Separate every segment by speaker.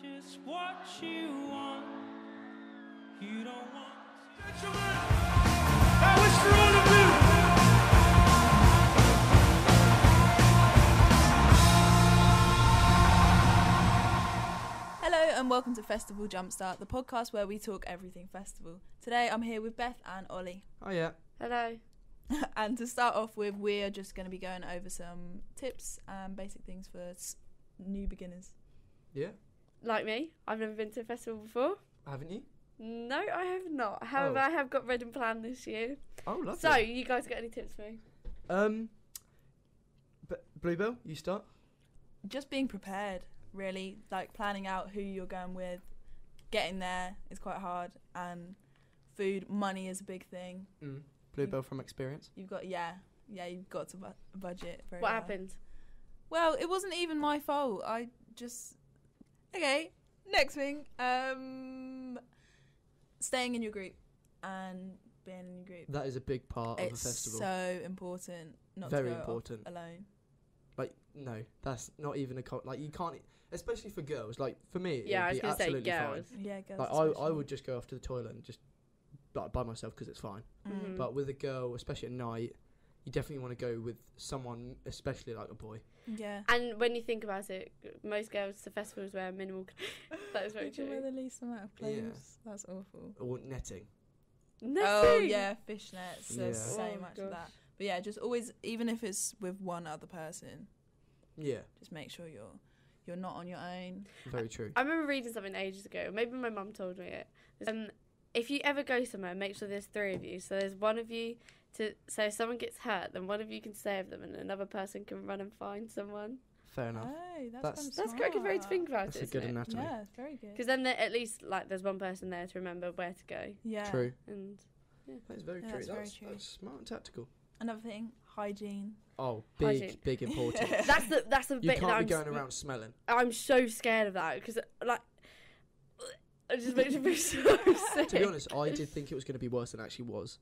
Speaker 1: just what you want. You don't want. That was for all of you.
Speaker 2: Hello and welcome to Festival Jumpstart, the podcast where we talk everything festival. Today I'm here with Beth and Ollie.
Speaker 3: Oh yeah.
Speaker 4: Hello.
Speaker 2: and to start off with, we're just going to be going over some tips and basic things for s- new beginners.
Speaker 3: Yeah.
Speaker 4: Like me, I've never been to a festival before.
Speaker 3: Haven't you?
Speaker 4: No, I have not. However,
Speaker 3: Oh.
Speaker 4: I have got Red and Plan this year.
Speaker 3: Oh, lovely.
Speaker 4: So, you guys got any tips for me?
Speaker 3: um, B- Bluebell, you start.
Speaker 2: Just being prepared, really, like planning out who you're going with, getting there is quite hard, and food, money is a big thing.
Speaker 3: Mm. Bluebell from experience.
Speaker 2: You've got, yeah, yeah, you've got to bu- budget. Very
Speaker 4: What
Speaker 2: well.
Speaker 4: happened?
Speaker 2: Well, it wasn't even my fault. I just okay. Next thing, um, staying in your group and being in your group.
Speaker 3: That is a big part of
Speaker 2: It's
Speaker 3: a festival.
Speaker 2: so important. Not
Speaker 3: Very
Speaker 2: to go
Speaker 3: important.
Speaker 2: alone.
Speaker 3: Like no, that's not even a co- like you can't, e, especially for girls. Like for me,
Speaker 4: Yeah, I was
Speaker 3: it'd be
Speaker 4: gonna say
Speaker 3: absolutely
Speaker 4: girls.
Speaker 2: Yeah, girls.
Speaker 3: fine. Like I, I
Speaker 2: especially.
Speaker 3: would just go off to the toilet and just like by myself because it's fine.
Speaker 2: Mm.
Speaker 4: Mhm.
Speaker 3: But with a girl, especially at night, you definitely want to go with someone, especially like a boy.
Speaker 2: Yeah.
Speaker 4: And when you think about it, most girls to festivals wear minimal. c- that is very
Speaker 2: You can wear
Speaker 4: true.
Speaker 2: the least amount of clothes.
Speaker 3: Yeah.
Speaker 2: That's awful.
Speaker 3: Or netting.
Speaker 4: Nothing.
Speaker 2: Oh yeah, fishnets. There's
Speaker 3: Yeah.
Speaker 2: so
Speaker 4: Oh,
Speaker 2: much of that.
Speaker 4: gosh.
Speaker 2: But yeah, just always, even if it's with one other person,
Speaker 3: Yeah,
Speaker 2: just make sure you're you're not on your own.
Speaker 3: very true.
Speaker 4: I remember reading something ages ago. Maybe my mum told me it. Um, if you ever go somewhere, make sure there's three of you. So there's one of you to. So if someone gets hurt, then one of you can save them, and another person can run and find someone.
Speaker 3: Fair enough.
Speaker 2: Oh, that's
Speaker 3: That's-
Speaker 2: kinda
Speaker 4: That's quite a good way to
Speaker 2: smart.
Speaker 4: think about
Speaker 3: That's
Speaker 4: it.
Speaker 3: a good
Speaker 4: isn't it?
Speaker 3: anatomy.
Speaker 2: Yeah, it's very good.
Speaker 4: Because then there, at least like there's one person there to remember where to go.
Speaker 2: Yeah.
Speaker 3: True.
Speaker 4: And
Speaker 3: That is very
Speaker 2: Yeah,
Speaker 3: true.
Speaker 2: that's
Speaker 3: That's,
Speaker 2: very
Speaker 3: that's,
Speaker 2: true.
Speaker 3: smart and tactical.
Speaker 2: Another thing, hygiene.
Speaker 3: Oh, big,
Speaker 4: Hygiene.
Speaker 3: big important.
Speaker 4: that's the that's the
Speaker 3: you
Speaker 4: bit that
Speaker 3: can't
Speaker 4: I'm,
Speaker 3: be going
Speaker 4: s-
Speaker 3: around smelling.
Speaker 4: I'm so scared of that because like it just makes me so sick.
Speaker 3: To be honest, I did think it was going to be worse than it actually was.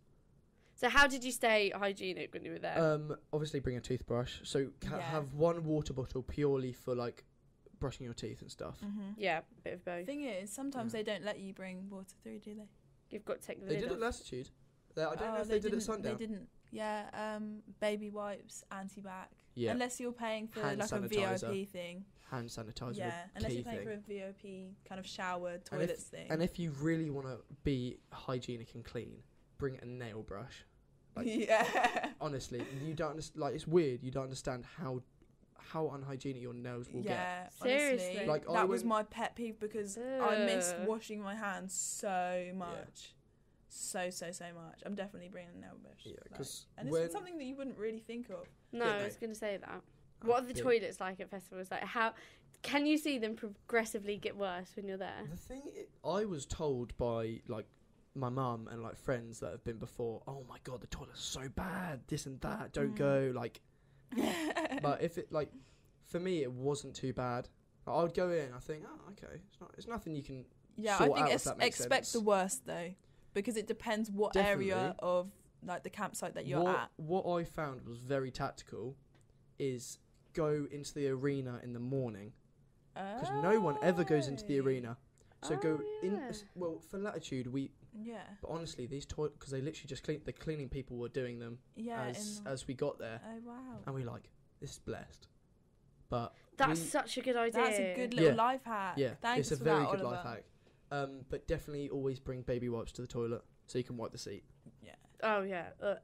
Speaker 4: So how did you stay hygienic when you were there?
Speaker 3: Um, obviously, bring a toothbrush. So ca-
Speaker 2: Yeah.
Speaker 3: have one water bottle purely for like brushing your teeth and stuff.
Speaker 2: Mm-hmm.
Speaker 4: yeah, a bit of both.
Speaker 2: Thing is, sometimes
Speaker 3: Yeah.
Speaker 2: they don't let you bring water through, do they?
Speaker 4: You've got to take the
Speaker 3: They
Speaker 4: lid
Speaker 3: did
Speaker 4: off.
Speaker 3: at Latitude. They, I don't know
Speaker 2: Oh,
Speaker 3: if they, did
Speaker 2: didn't-
Speaker 3: at Sundown.
Speaker 2: They didn't. Yeah. Um, baby wipes, anti-bac.
Speaker 3: Yeah.
Speaker 2: Unless you're paying for
Speaker 3: Hand
Speaker 2: like a
Speaker 3: sanitizer.
Speaker 2: VIP thing.
Speaker 3: Hand sanitizer.
Speaker 2: yeah. Unless
Speaker 3: key
Speaker 2: you're paying
Speaker 3: thing.
Speaker 2: for a VIP kind of shower toilets thing.
Speaker 3: And if you really want to be hygienic and clean, bring a nail brush. like-
Speaker 2: yeah.
Speaker 3: Honestly, you don't underst- like. It's weird. You don't understand how how unhygienic your nails will get.
Speaker 2: yeah,
Speaker 4: Seriously.
Speaker 2: honestly,
Speaker 3: Like, I
Speaker 2: that was
Speaker 3: went-
Speaker 2: my pet peeve because I missed
Speaker 4: Ugh.
Speaker 2: washing my hands so much, so so so much. I'm definitely bringing a nail brush.
Speaker 3: Yeah,
Speaker 2: like-
Speaker 3: 'cause
Speaker 2: and this
Speaker 3: when-
Speaker 2: is something that you wouldn't really think of.
Speaker 4: No,
Speaker 3: Yeah,
Speaker 4: I
Speaker 3: no.
Speaker 4: was going to say that. What are the
Speaker 3: Yeah.
Speaker 4: toilets like at festivals? Like how can you see them progressively get worse when you're there?
Speaker 3: The thing i I was told by like my mum and like friends that have been before, oh my god, the toilet's so bad, this and that, don't
Speaker 2: Mm.
Speaker 3: go. Like, but if it like for me, it wasn't too bad. I would go in. I think, oh, okay, it's not. It's nothing you can.
Speaker 2: yeah, I
Speaker 3: sort
Speaker 2: think
Speaker 3: out if
Speaker 2: ex-
Speaker 3: that makes
Speaker 2: expect the
Speaker 3: sense.
Speaker 2: worst though, because it depends what area
Speaker 3: Definitely.
Speaker 2: of like the campsite that you're
Speaker 3: what,
Speaker 2: at.
Speaker 3: what I found was very tactical, is go into the arena in the morning because no one ever goes into the
Speaker 2: Oh.
Speaker 3: arena. So go
Speaker 4: Oh,
Speaker 3: in.
Speaker 4: yeah.
Speaker 3: Well, for latitude, we.
Speaker 2: Yeah,
Speaker 3: But honestly, these toilets because they literally just clean. The cleaning people were doing them
Speaker 2: yeah. in
Speaker 3: as
Speaker 2: the-
Speaker 3: as we got there.
Speaker 2: oh wow,
Speaker 3: and we like this is blessed. But
Speaker 4: That's
Speaker 3: we-
Speaker 4: such a good idea.
Speaker 2: that's a good little
Speaker 3: Yeah.
Speaker 2: life hack.
Speaker 3: yeah,
Speaker 2: Thanks
Speaker 3: it's
Speaker 2: for
Speaker 3: a very
Speaker 2: that,
Speaker 3: good
Speaker 2: Oliver.
Speaker 3: life hack. Um, but definitely always bring baby wipes to the toilet so you can wipe the seat.
Speaker 4: Oh yeah. Ugh.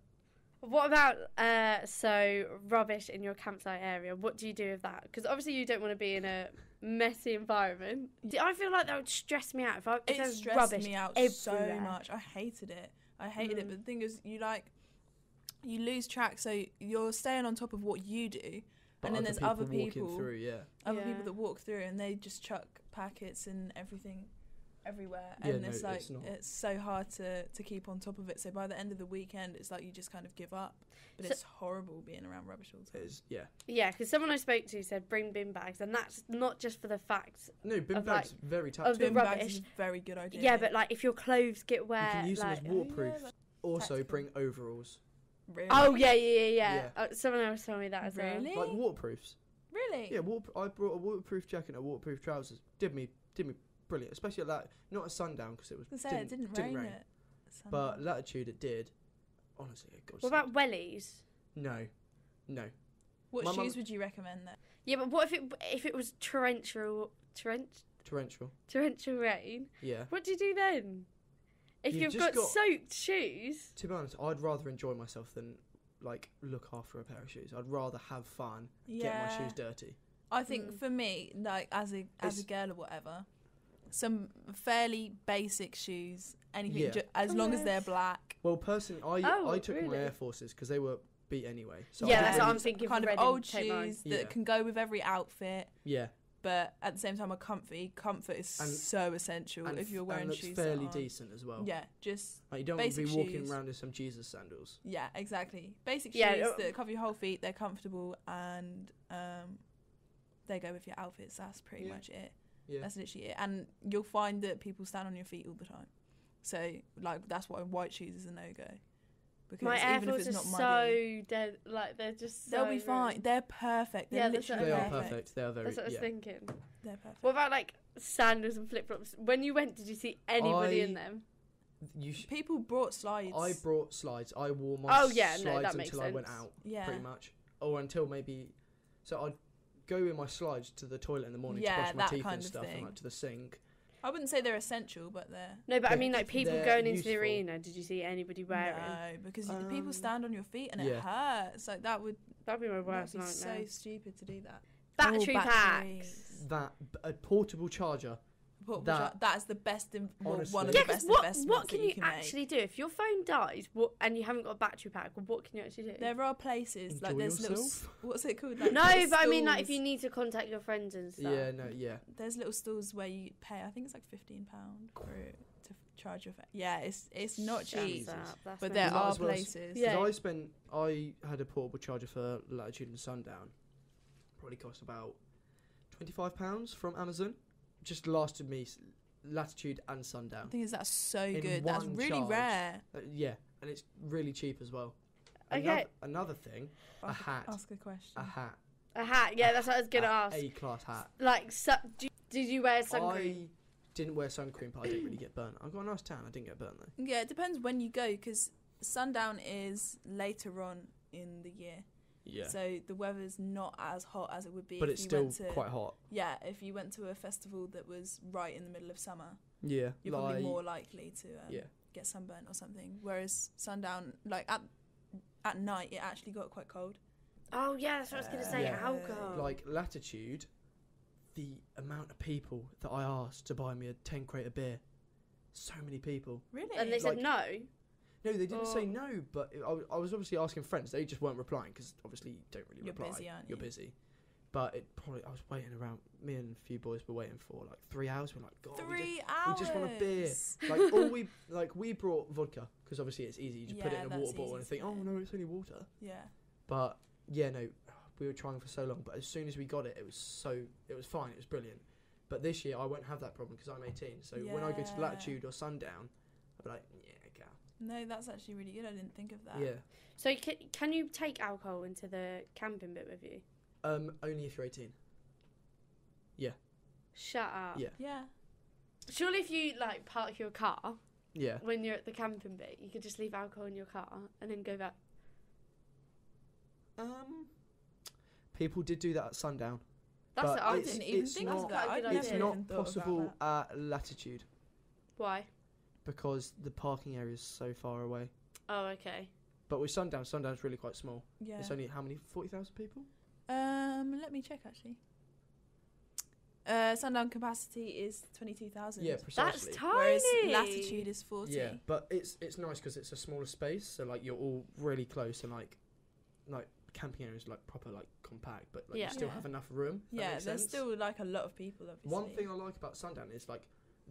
Speaker 4: What about uh, so rubbish in your campsite area? What do you do with that? Because obviously you don't want to be in a messy environment. Do- I feel like that would stress me out if I if
Speaker 2: it
Speaker 4: there was
Speaker 2: stressed
Speaker 4: rubbish
Speaker 2: me out so
Speaker 4: everywhere.
Speaker 2: much. I hated it. I hated it.
Speaker 4: Mm.
Speaker 2: But the thing is, you like you lose track, so you're staying on top of what you do,
Speaker 3: But
Speaker 2: and then
Speaker 3: other
Speaker 2: there's
Speaker 3: people
Speaker 2: other people,
Speaker 3: walking through. Yeah,
Speaker 2: other
Speaker 4: Yeah.
Speaker 2: people that walk through, and they just chuck packets and everything everywhere,
Speaker 3: Yeah,
Speaker 2: and
Speaker 3: no,
Speaker 2: it's like
Speaker 3: it's not.
Speaker 2: so hard to to keep on top of it. So by the end of the weekend, it's like you just kind of give up. But
Speaker 4: So-
Speaker 2: it's horrible being around rubbish all the
Speaker 3: it
Speaker 2: time.
Speaker 3: is. Yeah,
Speaker 4: Yeah, because someone I spoke to said bring bin bags, and that's not just for the fact.
Speaker 3: no bin
Speaker 4: Of,
Speaker 3: bags very
Speaker 4: of the
Speaker 3: tactical.
Speaker 2: Bin bags is
Speaker 4: rubbish.
Speaker 2: a very good idea.
Speaker 4: Yeah, but like if your clothes get
Speaker 3: you
Speaker 4: wet,
Speaker 3: can use
Speaker 4: like
Speaker 3: them as waterproof.
Speaker 2: that's
Speaker 3: also
Speaker 2: tactical.
Speaker 3: bring overalls,
Speaker 2: really,
Speaker 4: oh yeah, yeah, yeah. yeah.
Speaker 3: Yeah.
Speaker 4: Uh, someone else told me that as well.
Speaker 2: really,
Speaker 3: like waterproofs.
Speaker 2: Really?
Speaker 3: Yeah, water, I brought a waterproof jacket and a waterproof trousers. Did me, did me brilliant, especially at that. Not at sundown because it was
Speaker 2: I said it didn't, rain, it.
Speaker 3: but latitude it did. Honestly, it got
Speaker 4: What about wellies?
Speaker 3: no, no.
Speaker 2: what
Speaker 3: my
Speaker 2: shoes
Speaker 3: mum-
Speaker 2: would you recommend then?
Speaker 4: Yeah, but what if it if it was torrential torrent
Speaker 3: Torrential.
Speaker 4: torrential rain?
Speaker 3: Yeah.
Speaker 4: What do you do then? If
Speaker 3: You've
Speaker 4: you've,
Speaker 3: just
Speaker 4: got,
Speaker 3: got-
Speaker 4: soaked shoes,
Speaker 3: To be honest, I'd rather enjoy myself than like look after a pair of shoes. I'd rather have fun, get my shoes dirty.
Speaker 2: I think
Speaker 4: Mm.
Speaker 2: for me, like as a as a
Speaker 3: It's-
Speaker 2: girl or whatever, some fairly basic shoes. Anything,
Speaker 3: Yeah.
Speaker 2: ju- as long as they're
Speaker 4: Nice.
Speaker 2: black.
Speaker 3: Well, personally, I
Speaker 4: Oh,
Speaker 3: I took
Speaker 4: really?
Speaker 3: my Air Forces because they were beat anyway. So
Speaker 4: Yeah,
Speaker 3: I
Speaker 4: that's
Speaker 3: didn't
Speaker 4: what
Speaker 3: really-
Speaker 4: I'm thinking for
Speaker 2: Kind of
Speaker 4: Reading,
Speaker 2: old
Speaker 4: take mine.
Speaker 2: shoes that
Speaker 3: Yeah.
Speaker 2: can go with every outfit,
Speaker 3: Yeah,
Speaker 2: but at the same time are comfy. Comfort is
Speaker 3: And-
Speaker 2: so essential
Speaker 3: and
Speaker 2: if you're
Speaker 3: f-
Speaker 2: wearing
Speaker 3: and looks
Speaker 2: shoes. that
Speaker 3: fairly
Speaker 2: aren't-
Speaker 3: decent as well.
Speaker 2: Yeah, just
Speaker 3: Like, you don't want to be
Speaker 2: Basic
Speaker 3: walking
Speaker 2: shoes.
Speaker 3: around in some Jesus sandals.
Speaker 2: yeah, exactly. Basic
Speaker 4: Yeah,
Speaker 2: shoes
Speaker 4: uh,
Speaker 2: that cover your whole feet. They're comfortable and um, they go with your outfits. That's pretty
Speaker 3: Yeah.
Speaker 2: much it.
Speaker 3: Yeah,
Speaker 2: That's literally it. And you'll find that people stand on your feet all the time. So like that's why white shoes is a no go. Because
Speaker 4: my Air
Speaker 2: even if
Speaker 4: Force
Speaker 2: it's
Speaker 4: is
Speaker 2: not muddy,
Speaker 4: so dead. Like they're just so
Speaker 2: they'll be fine. They're perfect. They're
Speaker 4: Yeah, that's
Speaker 2: literally
Speaker 3: they
Speaker 4: what I
Speaker 3: are
Speaker 4: mean.
Speaker 2: perfect.
Speaker 3: perfect. They are very.
Speaker 4: That's what I was
Speaker 3: yeah.
Speaker 4: thinking.
Speaker 2: They're perfect.
Speaker 4: What about like sandals and flip flops? When you went, did you see anybody in
Speaker 3: I-
Speaker 4: them?
Speaker 3: You sh-
Speaker 2: People brought slides.
Speaker 3: I brought slides. I wore my
Speaker 4: Oh, yeah, no,
Speaker 3: slides
Speaker 4: that
Speaker 3: until
Speaker 4: makes
Speaker 3: I went
Speaker 4: sense.
Speaker 3: out,
Speaker 2: yeah.
Speaker 3: pretty much, or until maybe. So I'd go in my slides to the toilet in the morning
Speaker 2: Yeah,
Speaker 3: to brush my
Speaker 2: that
Speaker 3: teeth
Speaker 2: kind
Speaker 3: and
Speaker 2: of
Speaker 3: stuff,
Speaker 2: thing.
Speaker 3: and like to the sink.
Speaker 2: I wouldn't say they're essential, but they're
Speaker 4: No, but I
Speaker 3: They're-
Speaker 4: mean like people
Speaker 3: they're
Speaker 4: going into the
Speaker 3: useful.
Speaker 4: arena. Did you see anybody wearing?
Speaker 2: no because you- people
Speaker 3: Um,
Speaker 2: stand on your feet and it
Speaker 3: yeah.
Speaker 2: hurts. Like that would
Speaker 4: That'd be my
Speaker 2: that'd
Speaker 4: worst
Speaker 2: be so
Speaker 4: nightmare.
Speaker 2: stupid to do that.
Speaker 4: Battery
Speaker 2: Oh,
Speaker 4: packs.
Speaker 2: batteries.
Speaker 3: That a portable charger.
Speaker 2: But
Speaker 3: That-
Speaker 2: that, that is the best. In, well, one
Speaker 3: Honestly.
Speaker 2: of
Speaker 4: Yeah,
Speaker 2: the
Speaker 4: because
Speaker 2: best
Speaker 4: what,
Speaker 2: investments
Speaker 4: what
Speaker 2: that
Speaker 4: can you,
Speaker 2: can make.
Speaker 4: actually do if your phone dies what, and you haven't got a battery pack? What can you actually do?
Speaker 2: There are places like
Speaker 3: Enjoy
Speaker 2: there's little s-
Speaker 3: yourself.
Speaker 2: what's it called? Like,
Speaker 4: no,
Speaker 2: little
Speaker 4: but I mean like if
Speaker 2: stalls.
Speaker 4: you need to contact your friends and stuff.
Speaker 3: Yeah, no, yeah.
Speaker 2: there's little stalls where you pay. I think it's like fifteen pound for it to f- charge your phone. Yeah, it's it's not
Speaker 4: Shut
Speaker 2: cheap,
Speaker 3: Jesus.
Speaker 4: up, that's
Speaker 2: but
Speaker 4: not
Speaker 2: there
Speaker 3: Is that
Speaker 4: cheap.
Speaker 2: are
Speaker 3: as well as-
Speaker 2: places.
Speaker 4: Yeah.
Speaker 3: Because I spent, I had a portable charger for Latitude and Sundown. Probably cost about twenty-five pounds from Amazon. Just lasted me s- Latitude and
Speaker 2: The
Speaker 3: Sundown.
Speaker 2: thing is, that's so
Speaker 3: In
Speaker 2: good. That's
Speaker 3: one
Speaker 2: really
Speaker 3: charge.
Speaker 2: rare.
Speaker 3: Uh, yeah, and it's really cheap as well.
Speaker 4: Okay.
Speaker 3: Another, another thing, a
Speaker 2: Ask
Speaker 3: hat,
Speaker 2: Ask a question.
Speaker 3: a hat,
Speaker 4: A hat, yeah, that's what I was gonna
Speaker 3: a,
Speaker 4: ask.
Speaker 3: A class hat.
Speaker 4: Like, su- do, did you wear sun cream?
Speaker 3: I didn't wear sun cream, but I didn't really get burnt. I got a nice tan. I didn't get burnt though.
Speaker 2: Yeah, it depends when you go because sundown is later on in the year,
Speaker 3: Yeah,
Speaker 2: so the weather's not as hot as it would be.
Speaker 3: but
Speaker 2: if
Speaker 3: it's
Speaker 2: you
Speaker 3: still
Speaker 2: went to,
Speaker 3: quite hot.
Speaker 2: Yeah, if you went to a festival that was right in the middle of summer,
Speaker 3: Yeah,
Speaker 2: you're probably more likely to um,
Speaker 3: yeah.
Speaker 2: get sunburnt or something. Whereas sundown, like at at night, it actually got quite cold.
Speaker 4: Oh yeah, that's what I was gonna
Speaker 2: Uh,
Speaker 4: say.
Speaker 3: yeah.
Speaker 4: Alcohol.
Speaker 3: like latitude the amount of people that i asked to buy me a 10 crate of beer so many people
Speaker 2: Really?
Speaker 4: and they said
Speaker 3: like-
Speaker 4: no.
Speaker 3: no they didn't
Speaker 4: Oh.
Speaker 3: say no but I, w- I was obviously asking friends they just weren't replying because obviously you don't really
Speaker 2: You're
Speaker 3: reply
Speaker 2: busy, aren't
Speaker 3: you're
Speaker 2: you?
Speaker 3: busy but it probably i was waiting around me and a few boys were waiting for like three hours we're like god we
Speaker 2: three hours.
Speaker 3: just want a beer. just-" like all we like we brought vodka because obviously it's easy you just put
Speaker 2: Yeah,
Speaker 3: it in a
Speaker 2: that's
Speaker 3: water bottle
Speaker 2: easy,
Speaker 3: and think oh
Speaker 2: isn't it?
Speaker 3: no it's only water
Speaker 2: Yeah.
Speaker 3: But yeah, no, we were trying for so long. But as soon as we got it, it was so it was fine. It was brilliant. But this year I won't have that problem because I'm 18. So when I go
Speaker 2: Yeah.
Speaker 3: to latitude or sundown, I'll be like, yeah, cow.
Speaker 2: No, that's actually really good. I didn't think of that.
Speaker 3: Yeah.
Speaker 4: So can, can you take alcohol into the camping bit with you?
Speaker 3: Um, only if you're 18.
Speaker 4: Shut up.
Speaker 3: Yeah.
Speaker 2: Yeah.
Speaker 4: Surely if you like park your car
Speaker 3: Yeah.
Speaker 4: when you're at the camping bit, you could just leave alcohol in your car and then go back.
Speaker 3: Um, people did do that at sundown.
Speaker 4: That's
Speaker 3: But
Speaker 4: what I
Speaker 2: I
Speaker 3: it's-
Speaker 2: didn't
Speaker 4: did.
Speaker 2: even
Speaker 3: it's
Speaker 2: think
Speaker 3: not-
Speaker 2: of that. I
Speaker 4: it's
Speaker 2: never
Speaker 3: it's
Speaker 2: even
Speaker 3: not
Speaker 2: thought about
Speaker 3: possible
Speaker 2: that.
Speaker 3: at latitude
Speaker 4: Why?
Speaker 3: because the parking area is so far away.
Speaker 4: Oh okay.
Speaker 3: But with sundown, sundown's really quite small.
Speaker 2: Yeah.
Speaker 3: It's only how many? Forty thousand people.
Speaker 2: Um, let me check actually. Uh, sundown capacity is twenty-two thousand.
Speaker 3: Yeah,
Speaker 4: That's
Speaker 3: precisely.
Speaker 4: tiny.
Speaker 2: Whereas latitude is forty.
Speaker 3: Yeah, but it's it's nice because it's a smaller space, so like you're all really close and like like camping areas like proper like compact, but like
Speaker 4: Yeah.
Speaker 3: you still
Speaker 2: Yeah.
Speaker 3: have enough room. if that
Speaker 2: Yeah,
Speaker 3: makes
Speaker 2: there's
Speaker 3: sense.
Speaker 2: still like a lot of people. Obviously.
Speaker 3: one thing I like about Sundown is like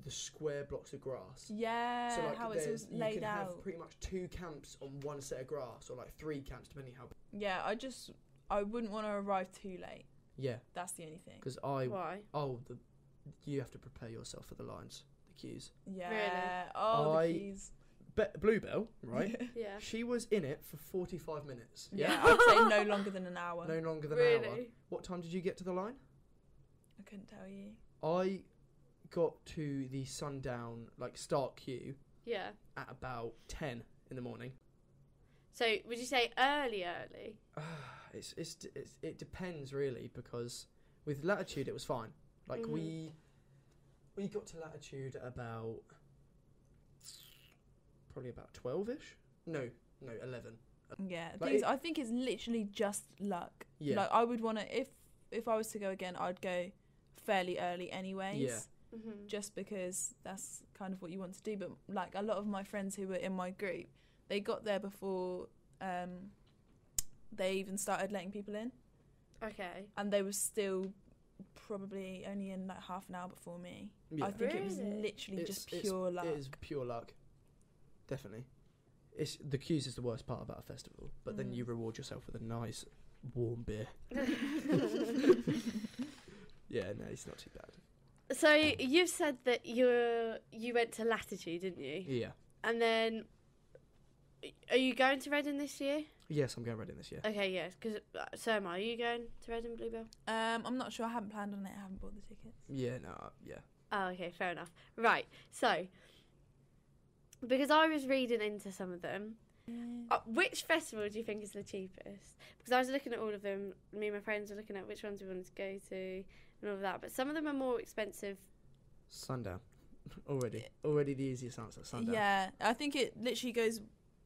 Speaker 3: the square blocks of grass.
Speaker 2: Yeah.
Speaker 3: so like
Speaker 2: how
Speaker 3: there's
Speaker 2: it's all
Speaker 3: you
Speaker 2: laid
Speaker 3: can
Speaker 2: out.
Speaker 3: have pretty much two camps on one set of grass, or like three camps depending how.
Speaker 2: yeah, I just I wouldn't want to arrive too late.
Speaker 3: Yeah,
Speaker 2: That's the only thing.
Speaker 3: because I
Speaker 4: Why?
Speaker 3: oh the you have to prepare yourself for the lines, the queues.
Speaker 2: Yeah. Oh,
Speaker 3: I-
Speaker 2: the keys.
Speaker 3: Be- Bluebell, right?
Speaker 4: Yeah.
Speaker 3: She was in it for 45 minutes.
Speaker 2: Yeah, I'd say no longer than an hour.
Speaker 3: No longer than an hour.
Speaker 4: Really?
Speaker 3: What time did you get to the line?
Speaker 2: I couldn't tell you.
Speaker 3: I got to the sundown, like start queue,
Speaker 4: Yeah.
Speaker 3: at about 10 in the morning.
Speaker 4: So would you say early, early?
Speaker 3: It's, it's, d- it's it depends really because with latitude it was fine. Like
Speaker 4: Mhm.
Speaker 3: we
Speaker 2: Mm-hmm.
Speaker 3: we got to latitude at about probably about twelve ish. No, no, eleven.
Speaker 2: Yeah, the
Speaker 3: Like,
Speaker 2: thing is,
Speaker 3: it-
Speaker 2: I think it's literally just luck.
Speaker 3: Yeah.
Speaker 2: Like I would want to if if I was to go again, I'd go fairly early anyways.
Speaker 3: Yeah.
Speaker 4: Mm-hmm.
Speaker 2: Just because that's kind of what you want to do. But like a lot of my friends who were in my group, they got there before um, they even started letting people in,
Speaker 4: Okay.
Speaker 2: and they were still probably only in like half an hour before me.
Speaker 3: yeah.
Speaker 2: I think it was
Speaker 4: Really?
Speaker 2: literally just
Speaker 3: It's- it's-
Speaker 2: pure luck.
Speaker 3: It is pure luck. Definitely. It's the queues is the worst part about a festival, but then
Speaker 2: Mm.
Speaker 3: you reward yourself with a nice warm beer. Yeah, no, it's not too bad.
Speaker 4: so you said that you you went to Latitude, didn't you?
Speaker 3: Yeah.
Speaker 4: And then, are you going to Reading this year?
Speaker 3: Yes, I'm going Reading this year.
Speaker 4: Okay, yeah. Because so am I. Are you going to Reading Bluebell?
Speaker 2: Um, I'm not sure. I haven't planned on it. I haven't bought the tickets.
Speaker 3: Yeah, no, uh, yeah.
Speaker 4: Oh, okay, fair enough. Right, so because I was reading into some of them, uh, which festival do you think is the cheapest? Because I was looking at all of them. Me and my friends were looking at which ones we wanted to go to and all of that. But some of them are more expensive.
Speaker 3: Sundown. Already. Already the easiest answer, sundown.
Speaker 2: Yeah, I think it literally goes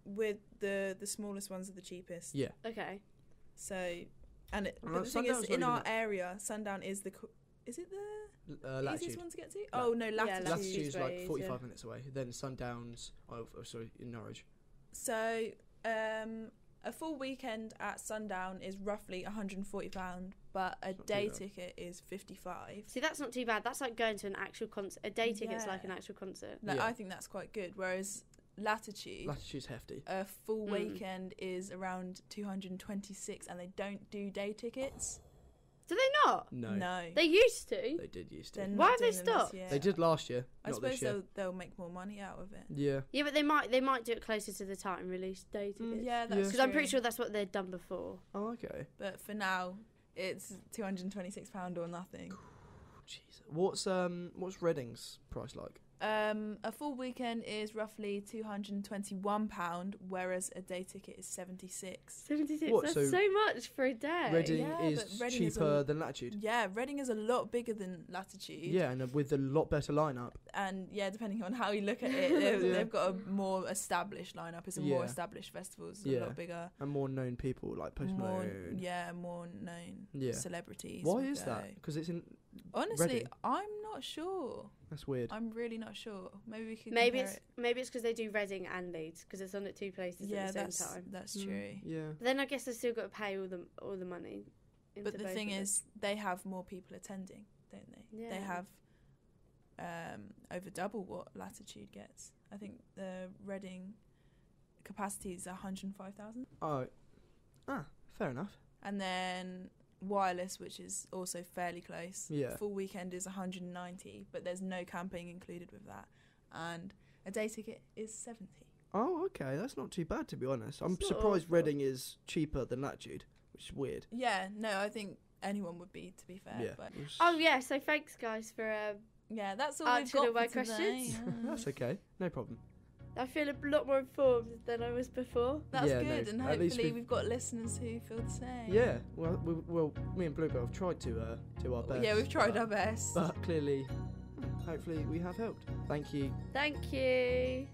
Speaker 2: with the the smallest ones are the cheapest.
Speaker 3: Yeah.
Speaker 4: Okay,
Speaker 2: So, and it,
Speaker 3: Uh,
Speaker 2: but the thing is,
Speaker 3: Sundown's not
Speaker 2: in
Speaker 3: even
Speaker 2: our
Speaker 3: that-
Speaker 2: area, sundown is the co- is it the
Speaker 3: L- Uh, latitude.
Speaker 2: easiest one to get to? Oh no, latitude.
Speaker 4: Latitude's
Speaker 3: Latitude's like
Speaker 4: ways,
Speaker 3: 45
Speaker 4: yeah.
Speaker 3: minutes away. Then sundown's, oh, f- oh, sorry, in Norwich.
Speaker 2: So, um, a full weekend at sundown is roughly 140 pound, but a
Speaker 3: Not too
Speaker 2: day
Speaker 3: bad.
Speaker 2: ticket is 55.
Speaker 4: see that's not too bad. That's like going to an actual concert. A day ticket's like an
Speaker 2: Yeah.
Speaker 4: actual concert.
Speaker 2: Like
Speaker 3: Yeah.
Speaker 2: I think that's quite good. Whereas latitude.
Speaker 3: Latitude's hefty.
Speaker 2: a full
Speaker 4: Mm.
Speaker 2: weekend is around 226 and they don't do day tickets
Speaker 4: Do they not?
Speaker 3: No.
Speaker 2: no
Speaker 4: They used to.
Speaker 3: They did used to.
Speaker 2: They're not
Speaker 4: Why have they
Speaker 2: doing them this
Speaker 4: stopped?
Speaker 2: year.
Speaker 3: They did last year.
Speaker 2: I
Speaker 3: not this
Speaker 2: suppose
Speaker 3: year.
Speaker 2: they'll, they'll make more money out of it.
Speaker 3: Yeah.
Speaker 4: Yeah, but they might they might do it closer to the time and release day tickets.
Speaker 2: Mm, Yeah,
Speaker 3: that's
Speaker 2: that's
Speaker 4: because I'm pretty sure that's what they've done before.
Speaker 3: Oh, okay.
Speaker 2: But for now, it's two hundred and twenty-six pound or nothing.
Speaker 3: Oh, Jesus. What's um what's Reading's price like?
Speaker 2: Um, a full weekend is roughly two hundred and twenty-one pound, whereas a day ticket is seventy-six.
Speaker 4: Seventy six.
Speaker 3: What,
Speaker 4: That's
Speaker 3: so
Speaker 4: so, much for a day.
Speaker 3: Reading
Speaker 2: yeah,
Speaker 3: is
Speaker 2: but Reading is a-
Speaker 3: cheaper than Latitude.
Speaker 2: Yeah, Reading is a lot bigger than Latitude.
Speaker 3: Yeah, and uh, with a lot better lineup.
Speaker 2: and yeah, depending on how you look at it, they've,
Speaker 3: Yeah.
Speaker 2: they've got a more established lineup. It's a more
Speaker 3: Yeah.
Speaker 2: established festival. It's
Speaker 3: Yeah.
Speaker 2: a lot bigger,
Speaker 3: and more known people like Post
Speaker 2: more
Speaker 3: Malone.
Speaker 2: yeah, more known
Speaker 3: Yeah.
Speaker 2: celebrities.
Speaker 3: Why
Speaker 2: would
Speaker 3: is that?
Speaker 2: go.
Speaker 3: Because it's in.
Speaker 2: Honestly,
Speaker 3: Reading.
Speaker 2: I'm not sure.
Speaker 3: That's weird.
Speaker 2: I'm really not sure. Maybe we could
Speaker 4: Maybe
Speaker 2: compare
Speaker 4: it's maybe it's because they do Reading and Leeds because it's on at two places
Speaker 2: it. yeah,
Speaker 4: at the
Speaker 2: that's
Speaker 4: same time. Hmm.
Speaker 2: that's
Speaker 3: Mm,
Speaker 2: true.
Speaker 3: Yeah.
Speaker 4: But then I guess they still got to pay all the all the money. into
Speaker 2: But the
Speaker 4: both
Speaker 2: thing
Speaker 4: of them.
Speaker 2: is, they have more people attending, don't they? They
Speaker 4: Yeah.
Speaker 2: have um, over double what Latitude gets. I think the Reading capacity is 105,000.
Speaker 3: Oh. Ah, fair enough.
Speaker 2: and then wireless which is also fairly close
Speaker 3: Yeah.
Speaker 2: full weekend is 190 but there's no camping included with that and a day ticket is 70
Speaker 3: Oh, okay. That's not too bad to be honest. I'm
Speaker 4: It's not
Speaker 3: surprised
Speaker 4: awful.
Speaker 3: Reading is cheaper than Latitude, which is weird.
Speaker 2: yeah no i think anyone would be to be fair
Speaker 3: yeah.
Speaker 2: but
Speaker 4: Oh yeah, so thanks guys for. Um,
Speaker 2: yeah that's all
Speaker 4: Answered all
Speaker 2: we've
Speaker 4: my
Speaker 2: got for today.
Speaker 4: questions.
Speaker 2: Yeah.
Speaker 3: That's okay. No problem.
Speaker 4: I feel a lot more informed than I was before.
Speaker 2: that's
Speaker 3: Yeah, no,
Speaker 2: good and
Speaker 3: at least
Speaker 2: hopefully
Speaker 3: we've-
Speaker 2: we've... got listeners who feel the same
Speaker 3: Yeah. Well, we, well, me and Bluebell have tried to uh, do our best.
Speaker 2: yeah we've tried
Speaker 3: but, hmm,
Speaker 2: our best
Speaker 3: But clearly, hopefully, we have helped. Thank you.
Speaker 4: Thank you.